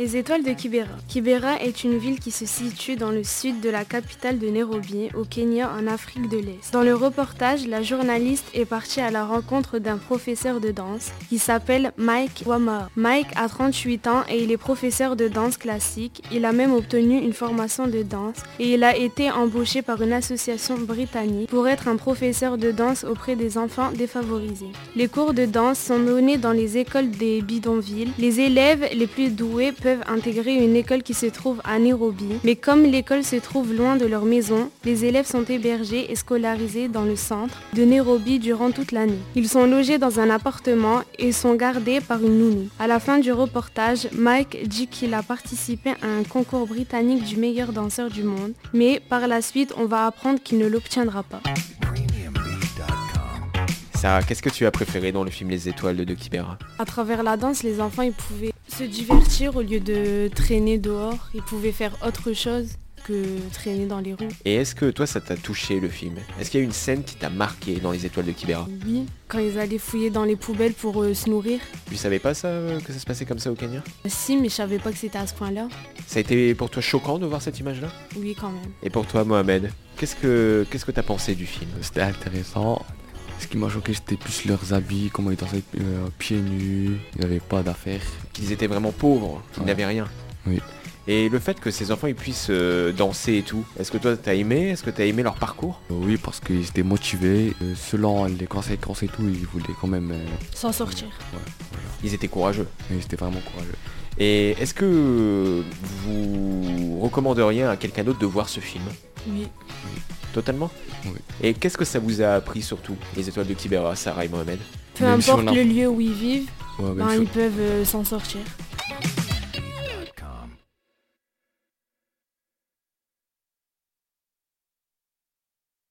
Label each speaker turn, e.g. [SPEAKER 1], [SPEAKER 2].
[SPEAKER 1] Les étoiles de Kibera. Kibera est une ville qui se situe dans le sud de la capitale de Nairobi, au Kenya, en Afrique de l'Est. Dans le reportage, la journaliste est partie à la rencontre d'un professeur de danse qui s'appelle Mike Wama. Mike a 38 ans et il est professeur de danse classique. Il a même obtenu une formation de danse et il a été embauché par une association britannique pour être un professeur de danse auprès des enfants défavorisés. Les cours de danse sont donnés dans les écoles des bidonvilles. Les élèves les plus doués peuvent peuvent intégrer une école qui se trouve à Nairobi, mais comme l'école se trouve loin de leur maison, les élèves sont hébergés et scolarisés dans le centre de Nairobi durant toute l'année. Ils sont logés dans un appartement et sont gardés par une nounou. À la fin du reportage, Mike dit qu'il a participé à un concours britannique du meilleur danseur du monde, mais par la suite, on va apprendre qu'il ne l'obtiendra pas.
[SPEAKER 2] Sarah, qu'est-ce que tu as préféré dans le film Les Étoiles de De Kibera
[SPEAKER 1] À travers la danse, les enfants ils pouvaient se divertir au lieu de traîner dehors. Ils pouvaient faire autre chose que traîner dans les rues.
[SPEAKER 2] Et est-ce que toi ça t'a touché le film Est-ce qu'il y a une scène qui t'a marqué dans Les Étoiles de Kibera
[SPEAKER 1] Oui, quand ils allaient fouiller dans les poubelles pour euh, se nourrir.
[SPEAKER 2] Tu savais pas ça, euh, que ça se passait comme ça au Kenya
[SPEAKER 1] Si, mais je savais pas que c'était à ce point-là.
[SPEAKER 2] Ça a été pour toi choquant de voir cette image-là
[SPEAKER 1] Oui, quand même.
[SPEAKER 2] Et pour toi, Mohamed, qu'est-ce que qu'est-ce que t'as pensé du film
[SPEAKER 3] C'était intéressant. Ce qui m'a choqué, c'était plus leurs habits, comment ils dansaient euh, pieds nus, ils n'avaient pas d'affaires.
[SPEAKER 2] Qu'ils étaient vraiment pauvres, qu'ils
[SPEAKER 3] Ouais.
[SPEAKER 2] n'avaient rien.
[SPEAKER 3] Oui.
[SPEAKER 2] Et le fait que ces enfants ils puissent euh, danser et tout, est-ce que toi t'as aimé Est-ce que t'as aimé leur parcours
[SPEAKER 3] Euh, oui, parce qu'ils étaient motivés, euh, selon les conséquences et tout, ils voulaient quand même. euh,
[SPEAKER 1] S'en sortir.
[SPEAKER 2] Ils étaient courageux.
[SPEAKER 3] ils étaient vraiment courageux.
[SPEAKER 2] Et est-ce que euh, vous recommanderiez à quelqu'un d'autre de voir ce film
[SPEAKER 1] Oui.
[SPEAKER 2] Totalement
[SPEAKER 3] Oui.
[SPEAKER 2] Et qu'est-ce que ça vous a appris surtout, les étoiles de Kibera, Sarah et Mohamed
[SPEAKER 1] Peu
[SPEAKER 3] Même si on
[SPEAKER 1] importe
[SPEAKER 3] a-
[SPEAKER 1] le lieu où ils vivent,
[SPEAKER 3] Ouais, même
[SPEAKER 1] ben,
[SPEAKER 3] chose.
[SPEAKER 1] ils peuvent euh, s'en sortir.